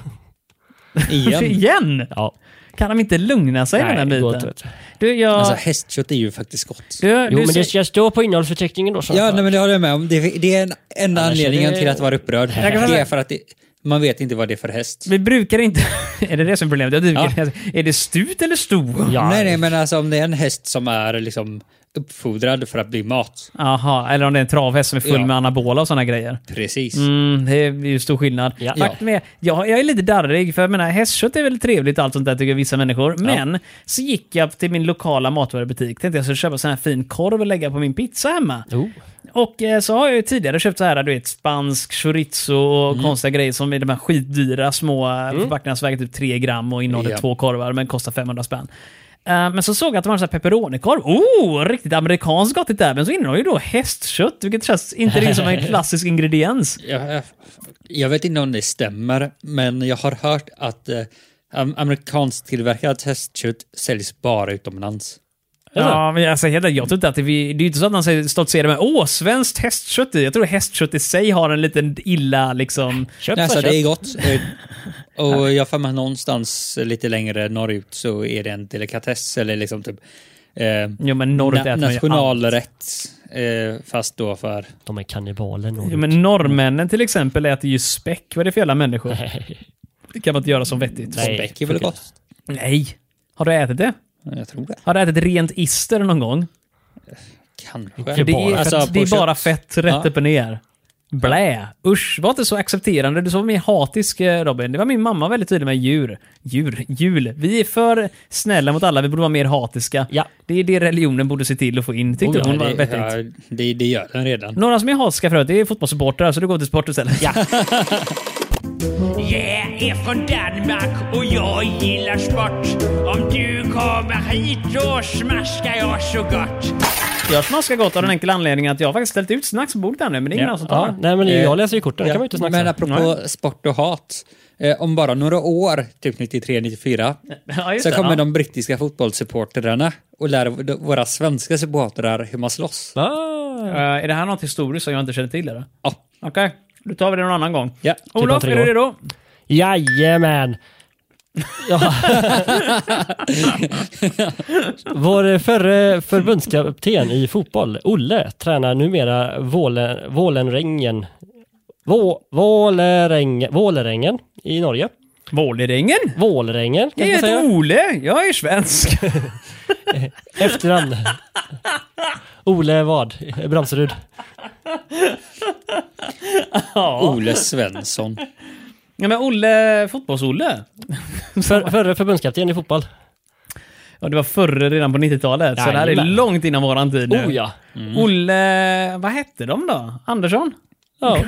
[laughs] Igen. Igen? [laughs] Ja. Kan de inte lugna sig med den det går inte, biten? vet du. Du, jag... Alltså hästkött är ju faktiskt gott. du, Jo, du, men ser- det ska stå på innehållsförteckningen då. så. Ja, nej, men det håller jag med om. Det, det är en enda Annars är anledningen det- till att vara upprörd. Det kan säga- är för att det, man vet inte vad det är för häst. Vi brukar inte... [laughs] är det det som är problemet? Jag tycker, Är det stut eller sto? Ja, Nej, nej, men alltså om det är en häst som är liksom uppfodrad för att bli mat. Aha, eller om det är en travhäst som är full Ja. med anabola och sådana grejer. Precis. Mm, det är ju stor skillnad. Ja. Faktum är, jag, jag är lite darrig, för jag menar, hästkött är väl trevligt och allt sånt där tycker vissa människor. Men så gick jag till min lokala matvarubutik, tänkte jag skulle köpa sån här fin korv och lägga på min pizza hemma. Jo. Och eh, så har jag ju tidigare köpt så här, du vet, spansk chorizo och konstiga grejer som är de här skitdyra små mm. förpackningarna som väger typ 3 gram och innehåller Ja. två korvar men kostar 500 spänn. Eh, Men så såg jag att de har en sån här pepperonikorv. Oh, riktigt amerikanskt gottigt där. Men så innehåller ju då hästkött, vilket känns inte riktigt som en klassisk ingrediens. Jag, jag- eh, jag vet inte om det stämmer, men jag har hört att eh, am- amerikanskt tillverkat hästkött säljs bara utomlands. Ja, men alltså, helt ärligt, jag tror inte att det, vi- det är ju inte så att man säger- stoltserar med åh, svenskt hästkött. i." Jag tror hästkött i sig har en liten illa liksom... Köp Nej, alltså, så det är köp. gott. Eh, [laughs] Och jag har för mig att någonstans lite längre norrut så är det en delikatess eller liksom typ eh, Jo men norrut na- äter man ju allt. nationalrätt. Eh, fast då för... De är kannibaler Ja, nog. men norrmännen till exempel äter ju späck. Vad är det för jävla människor? Det kan man inte göra som vettigt. Nej. Späck är väl funkar gott? Nej. Har du ätit det? Jag tror det. Har du ätit rent ister någon gång? Kanske. Det är, Alltså, det är på bara kött. fett rätt Ja. upp och ner. Blä! Usch, var inte så accepterande. Du var mer hatisk eh, Robin. Det var min mamma väldigt tydlig med djur. Djur, jul. Vi är för snälla mot alla. Vi borde vara mer hatiska. Ja. Det är det religionen borde se till att få in, tyckte Oh, Ja, hon var det, vettigt. ja, det, det gör den redan. Några som är hatiska för övrigt, det är fotbollssupportrar, så du går till sport [laughs] istället. Ja. Jag är från Danmark och jag gillar sport. Om du kommer hit då smaskar jag så gott. Jag smaskar gott av den enkla anledningen att jag har faktiskt ställt ut snacks på bordet här nu, men det är ingen annan som tar Ja, den. nej, men Eh, jag läser ju korten, det kan man ju inte snacka Men om. apropå sport och hat. Eh, om bara några år, typ 93-94, Ja, just så det, kommer ja. de brittiska fotbollssupportrarna och lär v- våra svenska supportrar hur man slåss. Ah, Eh, är det här något historiskt som jag inte känner till? eller? Ja. Okej, då tar vi det någon annan gång. Ja. om Olof, tre är du år. redo? Jajamän! Ja. [laughs] Vår förre förbundskapten i fotboll, Olle, tränar numera Våle- Vålerengen Vå, Vålerengen, Vålerengen i Norge. Vålerengen? Vålerengen Jag kan man heter säga. Ole, jag är svensk. [laughs] Efternamn. Ole vad? Bramserud. Ole Svensson. Ja, men Olle, fotbolls-Olle. För, förre förbundskapten i fotboll. Ja, det var förr redan på 90-talet, så det här är Jajamän. långt innan våran tid nu. Oh ja. Olle, vad hette de då? Andersson? ja.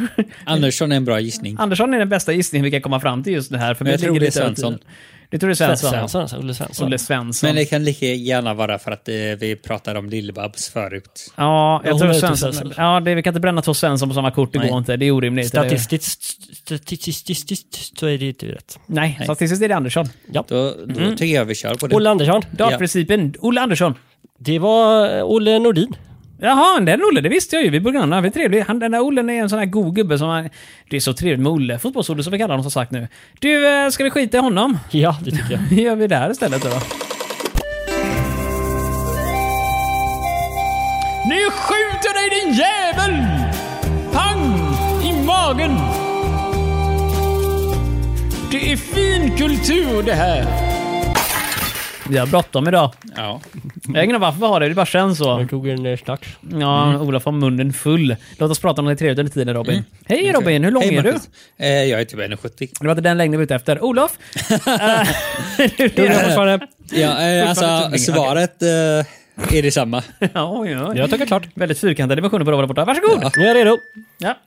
Andersson är en bra gissning. Andersson är den bästa gissningen vi kan komma fram till just det här. För Men jag mig tror ligger det är lite över Svensson. tiden. Du tror det är Svensson? Svensson, alltså, Olle Svensson. Olle Svensson. Men det kan lika gärna vara för att eh, vi pratade om Lill-Babs förut. Ja, jag hon tror är ute Svensson... Svensson. Ja, det, vi kan inte bränna två Svensson på samma kort, det Nej. går inte. Det är orimligt. Statistiskt, statistiskt så är det inte rätt. Eller- Nej, statistiskt är det Andersson. Då, då Mm. tycker jag vi kör på det. Olle Andersson. Dartprincipen, Olle Andersson. Det var Olle Nordin. Jaha, den Olle, det visste jag ju. Vi bulgarerna, vi är trevliga. Han, den där Olle är en sån här god gubbe som... Är, det är så trevligt med Olle. Fotbolls-Olle som vi kallar honom som sagt nu. Du, eh, ska vi skita i honom? Ja, det tycker [laughs] jag. gör vi det här istället då. Nu skjuter dig din jävel! Pang! I magen! Det är fin kultur det här. Vi har bråttom idag. Ja. Jag har ingen aning varför vi har det, det bara känns så. Jag tog en eh, snacks. Ja, Olof har munnen full. Låt oss prata om något trevligt under tiden Robin. Hej Robin, hur lång Hej, är du? Marcus. Eh, jag är typ 1,70. Det var inte den längden vi var ute efter. Olof! Eh, [laughs] Jag, Ja, eh, fortfarande... Fortfarande alltså tunga. svaret eh, är detsamma. Ja, oj, oj. jag tycker klart. Väldigt fyrkantiga dimensioner på Robert borta. Varsågod! Ja. Nu är jag redo. ja.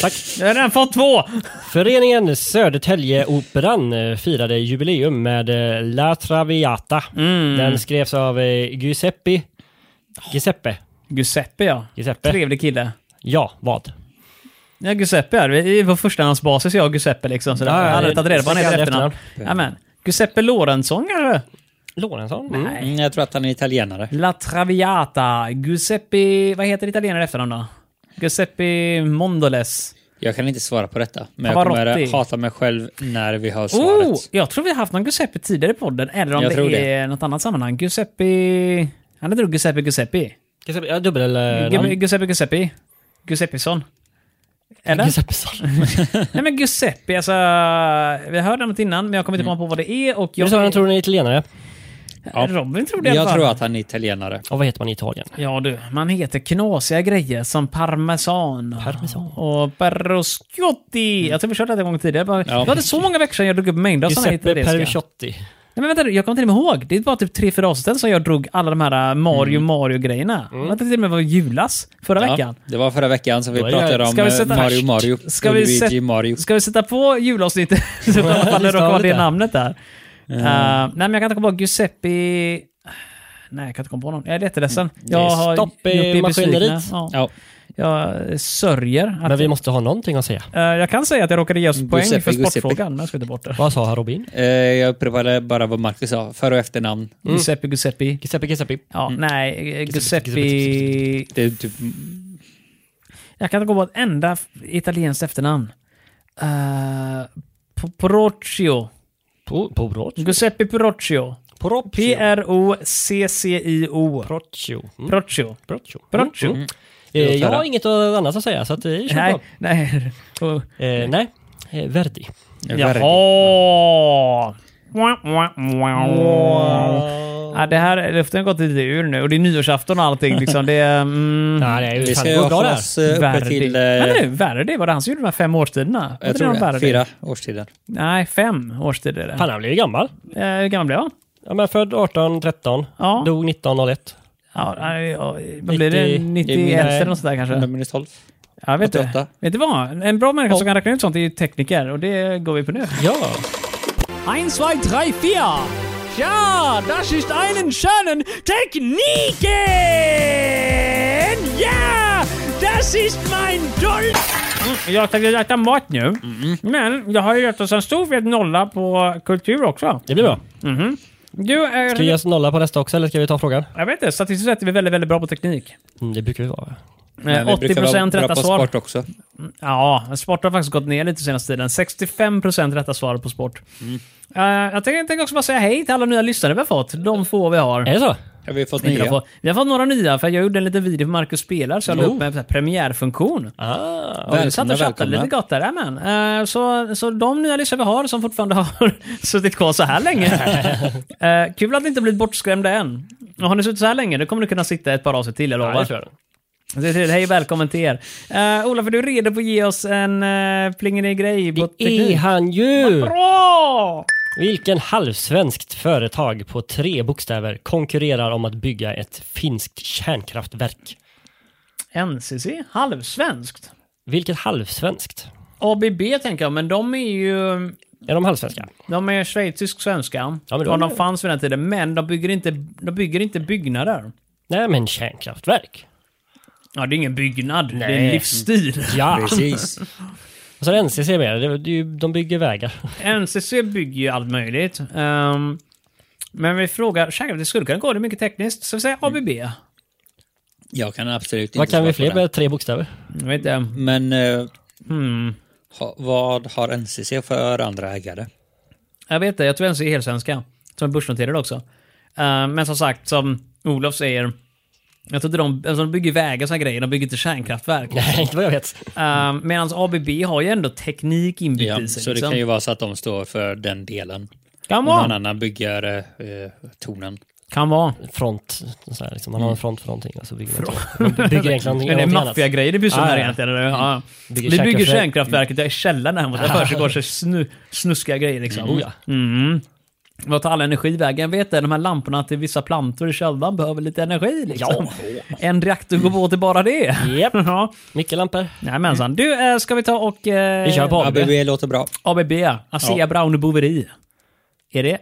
Tack. Jag har redan fått två! Föreningen Södertäljeoperan eh, firade jubileum med eh, La Traviata. Mm. Den skrevs av eh, Giuseppe... Giuseppe? Giuseppe ja. Giuseppe. Trevlig kille. Ja, vad? Ja, Giuseppe är det. Vi är på förstahandsbasis jag och Giuseppe liksom. Så Ja, jag hade det- tagit reda på vad han det- heter det- efternamn. Jajamän. Giuseppe Lorentzon kanske? Lorentzon? Mm. Nej. Mm, jag tror att han är italienare. La Traviata. Giuseppe... Vad heter italienare i efternamn då? Giuseppe Mondoles. Jag kan inte svara på detta, men jag Pavarotti. kommer hata mig själv när vi har svaret. Oh, jag tror vi har haft någon Giuseppe tidigare i podden, eller om Jag tror det är något annat sammanhang. Giuseppe... Han heter nog Giuseppe Giuseppe. Ja, dubbel... eh, Gu- namn. Giuseppe Giuseppe. Giuseppesson. Eller? Giuseppesson. [laughs] Nej men Giuseppe, alltså... Vi hörde något innan, men jag kommer inte komma på vad det är. Och jag, Jag Eh, sa han tror den är italienare. Robin tror det i alla Jag fall. tror att han är italienare. Och vad heter man i Italien? Ja du, man heter knasiga grejer som parmesan. Parmesan. Och perrosciotti. Jag tror vi körde det en gång tidigare. Bara- Ja. Jag hade så många veckor sedan jag drog upp mängder av sådana Giuseppe italienska. Perucciotti. Nej men vänta nu, jag kommer till och med ihåg. Det är bara typ tre, fyra avsnitt sedan som jag drog alla de här eh, Mario, Mario-grejerna. Mm. Det till och med var julas förra veckan. Ja, det var förra veckan som vi Då är pratade jag- om eh, Mario Mario ska och vi Luigi sätta, Mario. Ska vi sätta på julavsnittet? [laughs] så att alla faller listan kvar det lite. namnet där. Uh, nej, men jag kan inte komma på Giuseppe... Nej, jag kan inte komma på någon. Jag är Mm. jätteledsen. Jag har stopp i gjort er maskineriet. besvikna. Ja. Ja, Jag sörjer. Att, Men vi måste ha någonting att säga. Eh, jag kan säga att jag råkade ge oss poäng Giuseppe, för Giuseppe. sportfrågan, men jag ska ta bort det. Vad sa han, Robin? eh, jag upprepade bara vad Marcus sa, för och efternamn. Mm. Giuseppe, Giuseppe. Giuseppe Giuseppe. Ja, Mm. nej, eh, Giuseppe, Giuseppe... Det är typ, Jag kan inte komma på ett enda f- italienskt efternamn. Uh, Poroccio. Po- Poroccio. Giuseppe Poroccio. Poroccio. P-R-O-C-C-I-O. Poroccio. Mm. Proccio. Poroccio. Proccio. Mm. Eh, Jag har inget annat att säga, så att eh, det känns Nej, bra. nej. Oh. Eh, Nej. Eh, Verdi. Jaha! Wah, wah, wah. Ja, det här, luften har gått lite ur nu och det är nyårsafton och allting. Liksom. Det är... [laughs] Mm, Nej, det är Vi ju fan, ska det går ju bra hålla där. oss eh, uppe Verdi. till... eh, Men nu, Verdi var det han som gjorde de här fem årstiderna? Var jag inte det tror någon det. Verdi? Fyra årstider. Nej, fem årstider är det. Fan, han blev ju gammal. Eh, Hur gammal blev han? Ja, men född 1813, Ja. dog 1901. Ja, nej, ja, vad blir det? 90 91 eller något sånt där kanske? Eh, Nummer 12. Ja, Jag vet inte. 88. Vet du vad? En bra människa som kan räkna ut sånt är ju tekniker och det går vi på nu. Ja, 1, 2, 3, 4! Ja, das ist einen schönen Techniken! Ja, das ist mein Dolch! Jag tänkte äta mat nu, Mm. men jag har ju gett oss en stor fet nolla på kultur också. det blir bra. Du, Ska vi ge oss nolla på nästa också, eller ska vi ta frågan? jag vet inte, statistiskt sett är vi väldigt, väldigt bra på teknik. Mm, det brukar vi vara. Men vi brukar 80 procent vara bra rätta på svar. Sport också. Ja, sport har faktiskt gått ner lite senaste tiden. 65% rätta svar på sport. Mm. Eh, jag tänkte, tänkte också bara säga hej till alla nya lyssnare vi har fått. De få vi har. Är det så? Har vi fått Vi har, nya? fått, vi har fått några nya, för jag gjorde en liten video på Marcus spelar, så jag la upp en sån här premiärfunktion. Ah, Och vi satt Välkomna, och chattade välkomna. lite gott där, amen. Eh, så, så de nya lyssnare vi har, som fortfarande har [laughs] suttit kvar så här [laughs] länge. Eh, kul att ni inte blivit bortskrämda än. Och har ni suttit så här länge, då kommer ni kunna sitta ett par avsnitt till, jag ja, det lovar. tror jag. Så jag säger, Hej välkommen till er. Uh, Ola, för du är redo på att ge oss en uh, plingelig grej på Det är teknik? han ju! Bra! Vilken halvsvenskt företag på tre bokstäver konkurrerar om att bygga ett finskt kärnkraftverk? NCC, halvsvenskt. Vilket halvsvenskt? ABB tänker jag, men de är ju... Är de halvsvenska? De är schweizisk-svenska. Ja, men de och de är- fanns vid den tiden, men de bygger inte, de bygger inte byggnader. Nej, men kärnkraftverk. Ja, det är ingen byggnad, det är en [laughs] Nej. livsstil. Ja! Precis. [laughs] Och så är det NCC med. Det, det, är ju- de bygger vägar. NCC bygger ju allt möjligt. Ehm, men vi frågar, kärnkraft, det skulle kunna gå, det är mycket tekniskt. Så vi säger ABB. Jag kan absolut inte Vad kan svara vi på fler den. med tre bokstäver? Jag vet inte. Men eh, Hmm. ha, vad har NCC för andra ägare? Jag vet det, jag tror ens är helsvenska. Som är börsnoterade också. Eh, men som sagt, som Olof säger, jag tror inte de, alltså de bygger vägar och såna grejer, de bygger inte kärnkraftverk. Nej, [laughs] inte vad jag vet. Uh, Medan ABB har ju ändå teknik inbyggt Ja, i sig. så det liksom. kan ju vara så att de står för den delen. kan Och någon vara. annan bygger eh, eh, tornen. Kan vara. Front. Så här, liksom. Man har en front för någonting och så bygger man Man [laughs] bygger egentligen Mm. Men det är någonting annat. Ah, maffiagrejer det blir som Ja, Mm. här ja. egentligen. eller? Ja. Bygger Vi bygger kärnkraftverk. kärnkraftverket där i källaren här mot. Där försiggår så snu, snuskiga grejer liksom. Ah. Oh, ja. Mm. Vad tar all energi vägen? Jag vet det, de här lamporna till vissa plantor i källaren behöver lite energi liksom. En reaktor går på till bara det. Japp. [laughs] Ja. Mycket lampor. Jajamensan. Du, eh, ska vi ta och... Eh, Vi kör på ABB. ABB låter bra. ABB, ASEA Brown Boveri. Är det?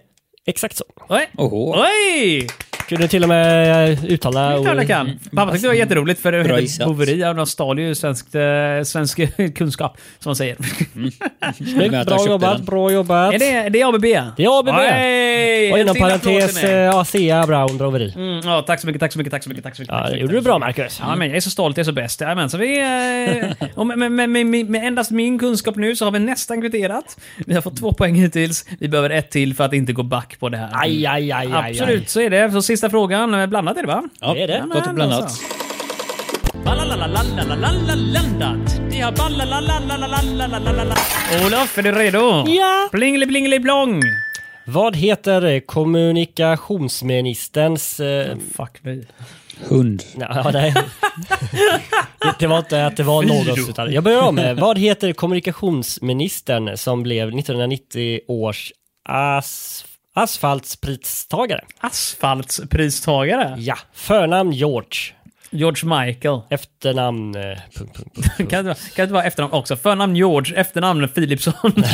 Exakt så. Oj! Oho. Oj! Kunde till och med eh, uttala klart jag ord. kan. Pappa tyckte det var jätteroligt för det hette gissat. Boveri och de stal ju svensk, eh, svensk [laughs] kunskap, som man säger. Snyggt, Men att han bra köpte jobbat, den. bra jobbat. Är det, det är ABB? Det är Oj, ABB. Och inom en liten applåd parentes, till mig. eh, ASEA Brown Broveri. Mm, ja, tack så mycket, tack så mycket, tack så mycket. Tack så mycket Ja, tack så det mycket, gjorde tack du så bra mycket. Marcus. Ja, men jag är så stolt, jag är så bäst. Ja, men, så vi, eh, och med, med, med, med, med endast min kunskap nu så har vi nästan kvitterat. Vi har fått två poäng hittills. Vi behöver ett till för att inte gå back på det här. Mm. Aj, aj, aj, aj. Absolut, så är det. Så sista frågan, eh, blandat är det va? alltså. Ja, Det är det. Gott och blandat. Olof, är du redo? Ja. Plingeli plingeli plong! aj. Vad heter eh, kommunikationsministerns... Eh, Fuck mig. Hund. ja, nej. Det- Det var inte att det var något. Utan jag börjar om. med, Vad heter kommunikationsministern som blev 1990 års as, asfaltspristagare? Asfaltspristagare? Ja, förnamn George. George Michael. Efternamn... eh, Punkt, punkt, punkt. Kan det, vara- kan det inte vara efternamn också? Förnamn George, efternamn [laughs] Philipsson.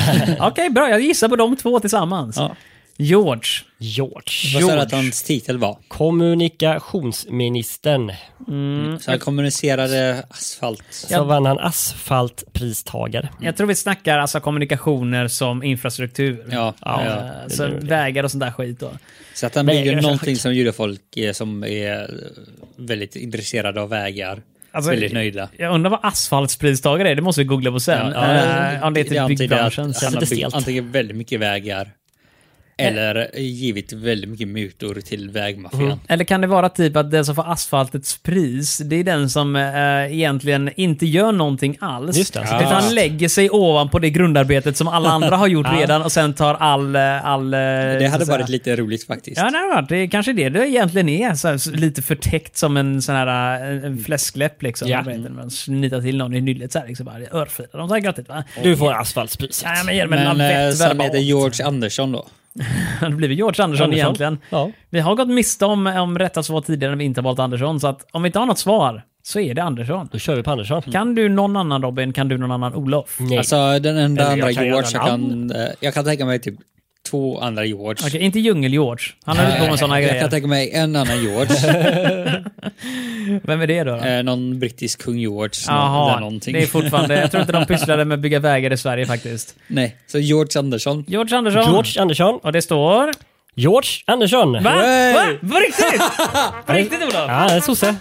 Okej, bra. Jag gissar på de två tillsammans. Ja. George. George. Vad sa du att hans titel var? Kommunikationsministern. Mm. Så han kommunicerade asfalt. Så vann han asfaltpristagare. Jag tror vi snackar alltså kommunikationer som infrastruktur. Ja, ja. Eh, så vägar och sånt där skit då. Så att han bygger Vägar. någonting som judefolk är, som är eh, väldigt intresserade av vägar. Alltså, väldigt nöjda. Jag undrar vad asfaltspristagare är. Det måste vi googla på sen. Eh, Ja, Ja, om det är jag till antyder att byggbranschen. han har Lite byggt stelt. antingen väldigt mycket vägar Eh. eller givit väldigt mycket mutor till vägmaffian. Eller kan det vara typ att den som får asfaltets pris, det är den som eh, egentligen inte gör någonting alls. Just det, alltså. utan Ah. lägger sig ovanpå det grundarbetet som alla andra har [laughs] gjort redan och sen tar all... eh, all eh, Det så hade att säga- varit lite roligt faktiskt. Ja, det hade varit. Det är kanske det det egentligen är. Så här, så lite förtäckt som en sån här eh, en fläskläpp liksom. Ja. Jag vet inte, Man snitar till någon i nyllet så här liksom. bara, Örfilar de så här grattis va? Du får asfaltspriset. Nej men ge dem en Men eh, lavett som verbalt. heter [laughs] George Andersson då. Det blir väl George Andersson, Andersson. egentligen. Ja. Vi har gått miste om, om rätta svar tidigare när vi inte har valt Andersson, så att om vi inte har något svar så är det Andersson. Mm. Då kör vi på Andersson. Kan du någon annan Robin, kan du någon annan Olof? Nej. Alltså den enda Eller jag andra kan göra George jag namn. kan... eh, Jag kan tänka mig typ två andra George. Eh, Okej, inte Djungel-George. Han höll inte på med sådana jag kan grejer. tänka mig en [laughs] annan George. Vem är det då? då? eh, någon brittisk kung George. nå- eller Jaha, någonting. det är fortfarande... Jag tror inte de pysslade med att bygga vägar i Sverige faktiskt. [laughs] Nej, så George Andersson. George Andersson. George Andersson. Och det står... George Andersson. Va? Hey! Va? På riktigt? På riktigt Olof? Ja, Ah! det är sosse.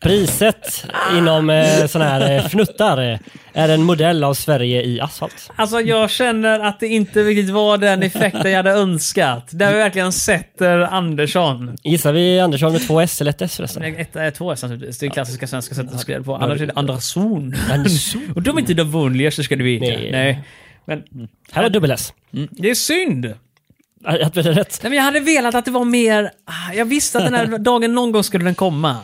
Priset inom eh, såna här eh, fnuttar eh, är en modell av Sverige i asfalt. Alltså jag känner att det inte riktigt var den effekten jag hade önskat. Där vi verkligen sätter Andersson. Gissar vi Andersson med två S eller ett S förresten? Nej, Ett, ett, två S naturligtvis. Det är klassiska svenska sättet att skriva det på. Annars är det Andersson. [laughs] Och de är inte de vanliga så ska du veta. Nej. Nej. Men Här var dubbel S. det är synd. Att vi hade rätt. Nej, men jag hade velat att det var mer... ah, Jag visste att den [laughs] här dagen någon gång skulle den komma.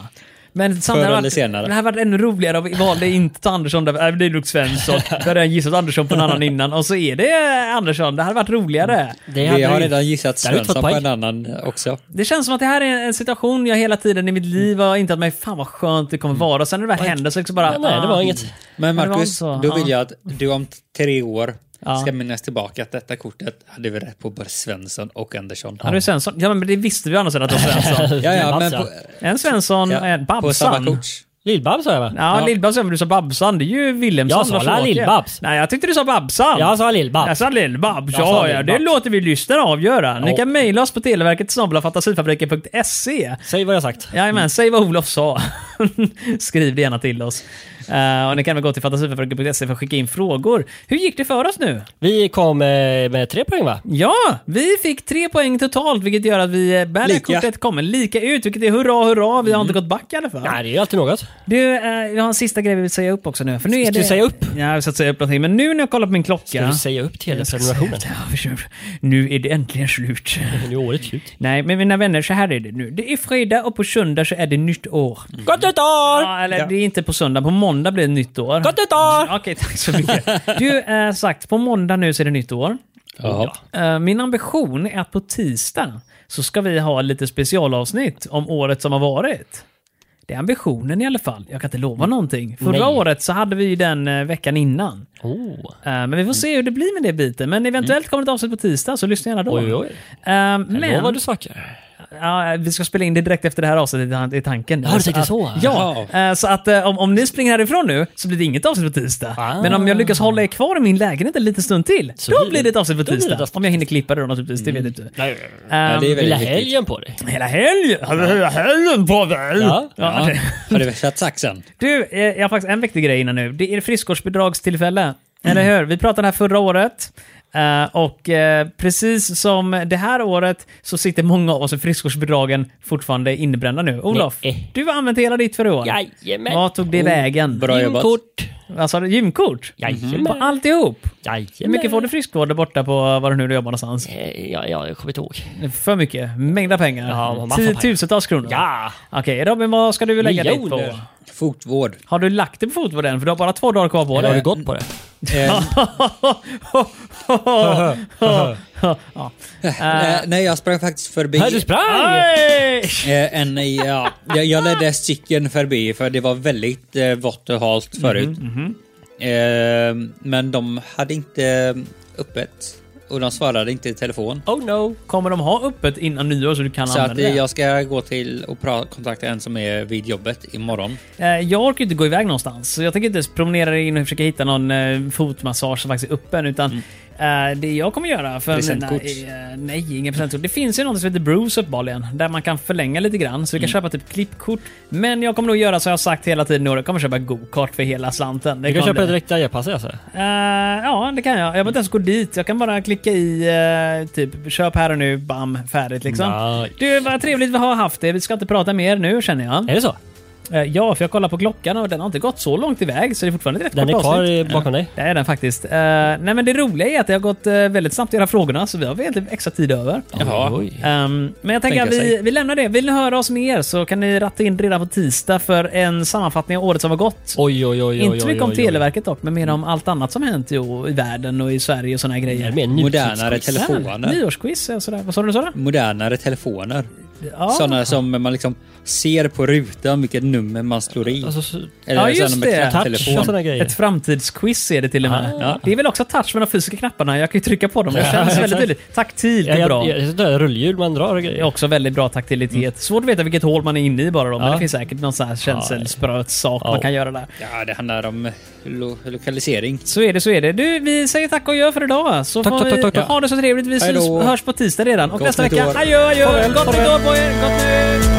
Men samtidigt eller hade varit- senare. det här varit ännu roligare om vi valde inte att ta Andersson. Där, nej, men det är Luke [laughs] Svensson. Vi har redan gissat Andersson på en annan innan. Och så är det Andersson. Det hade varit roligare. Det Vi har vi- redan gissat Där har vi fått Svensson på poäng. en annan också. Det känns som att det här är en situation jag hela tiden i mitt liv har intat mig. Fan vad skönt det kommer vara. Och sen när det väl händer så liksom bara... Ja, Mm. nej, det var ah. inget. Men Men det var Marcus, så, då ja. vill jag att du om t- tre år Ja. ska minnas tillbaka att detta kortet hade vi rätt på både Svensson och Andersson. Ja, det är Svensson. Ja, men det visste vi annars sedan att det var [laughs] Svensson. Ja, ja, men på, Babsan. En Svensson och ja, en på samma Babsan. kort. Lill-Babs sa jag va? Ja, Lill-Babs, men du sa Babsan. Det är ju Wilhelmsson. Jag sa Lars-Åke. la Lill-Babs. Nej, jag tyckte du sa Babsan. Jag sa Lill-Babs. Jag sa Lill-Babs. Jag sa Ja, ja, det Lill-Babs. låter vi lyssnarna avgöra. Ni Ja. kan mejla oss på televerket snabel-a fantasifabriken.se. Säg vad jag sagt. Jajamän, säg vad Olof sa. [laughs] Skriv det gärna till oss. Eh, och ni kan väl gå till fantasifabriken.se för att skicka in frågor. Hur gick det för oss nu? Vi kom eh, med tre poäng va? Ja, vi fick tre poäng totalt, vilket gör att vi eh, bär det här Lika. kortet kommer lika ut, vilket är hurra, hurra. Vi har inte gått back i alla fall. Mm. Nej, det är ju alltid något. Du, eh, jag har en sista grej vi vill säga upp också nu. För nu är Ska det... du säga upp? Ja, jag ska inte säga upp någonting. Men nu när jag kollar på min klocka... Ska du säga upp teleprenumerationen? Ja, vi kör. Nu är det äntligen slut. Nu är året slut. Nej, men mina vänner, så här är det nu. Det är fredag och på söndag så är det nytt år. Mm. Gott nytt år! Ja, eller det är inte på söndag. På måndag blir det nytt år. Mm, Gott nytt år! Okej, tack så mycket. Du, eh, sagt, på måndag nu så är det nytt år. Ja. Eh, Min ambition är att på tisdag så ska vi ha lite specialavsnitt om året som har varit. Det är ambitionen i alla fall. Jag kan inte lova någonting. Förra Nej. året så hade vi ju den eh, veckan innan. Oh. Eh, men vi får se hur det blir med det biten. Men eventuellt kommer det ett avsnitt på tisdag, så lyssna gärna då. Oj, oj. Eh, Men... men vad du snackar. ja, vi ska spela in det direkt efter det här avsnittet i tan- i tanken. Ja, du tänker att, så. Ja, eh, så att eh, om, om ni springer härifrån nu så blir det inget avsnitt på tisdag. Ah. Men om jag lyckas hålla er kvar i min lägenhet en liten stund till, Så då blir det- blir det ett avsnitt på då blir det ett tisdag. avsnitt. Mm. Om jag hinner klippa det då naturligtvis, det vet inte. Nej, nej, nej. Um, det är Vill väldigt ha viktigt. helgen på dig. Hela helgen! Hela helgen på dig! Ja. Ja, det- Har du vässat saxen? Du, eh, jag har faktiskt en viktig grej innan nu. Det är friskvårdsbidragstillfälle. Mm. Eller hur? Vi pratade här förra året. eh, Och eh, precis som det här året så sitter många av oss i friskvårdsbidragen fortfarande innebrända nu. Olof, Nej. du har använt hela ditt för i år. Jajamän. Vad tog det Oh, vägen? bra jobbat. Gymkort. Vad sa du? Gymkort? Jajamän. På alltihop? Hur Jajamän. mycket får du friskvård där borta på var det nu du jobbar någonstans? Eh, Ja, ja, jag kommer inte ihåg. För mycket? Mängder pengar? Ja, massa pengar. Tiotusentals kronor? Ja. Okej, Robin, vad ska du lägga dit på? Miljoner. Fotvård. Har du lagt dig på fotvården? För du har bara två dagar kvar på Eller har dig. du gått på det? Eh, Ja. Eh, nej, nej, jag sprang faktiskt förbi. Här, du sprang! [laughs] Hej! Eh, en, ja, jag, jag ledde cykeln förbi för det var väldigt eh, vått och halt förut. Eh, men de hade inte öppet och de svarade inte i telefon. Oh no. Kommer de ha öppet innan nyår så du kan Så att använda det? jag ska gå till och pra- kontakta en som är vid jobbet imorgon. Eh, Jag orkar ju inte gå iväg någonstans. Så jag tänker inte ens promenera in och försöka hitta någon eh, fotmassage som faktiskt är öppen. Utan Mm. eh, det jag kommer göra för Presentkort. mina... eh, Nej, ingen presentkort. Det finns ju något som heter Bruce uppenbarligen. Där man kan förlänga lite grann. Mm. Så du kan köpa typ klippkort. Men jag kommer nog göra som jag har sagt hela tiden. Nora. Jag kommer köpa gokart för hela slanten. Det Du kan kommer köpa det bli- direkt där jag passar alltså. Eh, ja, det kan jag. Jag behöver inte ens gå dit. Jag kan bara klicka i eh, typ köp här och nu, bam, färdigt liksom. Nice. Du, vad trevligt vi har haft det. Vi ska inte prata mer nu känner jag. Är det så? Eh, ja, för jag kollar på klockan och den har inte gått så långt iväg så det är fortfarande ett rätt Den kort är kvar avsnitt. eh, bakom dig? Det är den faktiskt. Eh, nej men det roliga är att det har gått eh, väldigt snabbt att göra frågorna så vi har egentligen extra tid över. Jaha. Oj. Ehm, men jag tänker Tänka att vi, sig. vi lämnar det. Vill ni höra oss mer så kan ni ratta in redan på tisdag för en sammanfattning av året som har gått. Oj, oj, oj. inte så mycket om Televerket dock, men mer om allt annat som hänt i, i världen och i Sverige och sådana här grejer. Modernare Modernare. Telefoner. telefoner. Nyårsquiz och sådär. Vad sa du? Sara? Modernare telefoner. Ja. Sådana som man liksom ser på rutan vilket nummer man slår i. Alltså, så- Eller Ja, sådana just med det. knapptelefon. touch och sådana grejer. Ah. Ett framtidsquiz är det till och med. Ja. Det är väl också touch med de fysiska knapparna. Jag kan ju trycka på dem. Det känns väldigt tydligt. Taktilt Ja, är jag, bra. jag, jag, det är rullhjul man drar och Det grejer. är också väldigt bra taktilitet. Svårt att veta vilket hål man är inne i bara då, men Ja. det finns säkert någon sån här känselspröt-sak Ja. man kan göra där. Ja, det handlar om lo- lokalisering. Så är det, så är det. Du, vi säger tack och gör för idag. Så Tack, får tack, vi tack, tack. ha det så trevligt. Vi Hej syns, då. hörs på tisdag redan. Och Gott nästa nytt vecka, år. adjö, adjö! Farväl, Gott nytt farväl. år på er! Gott nytt!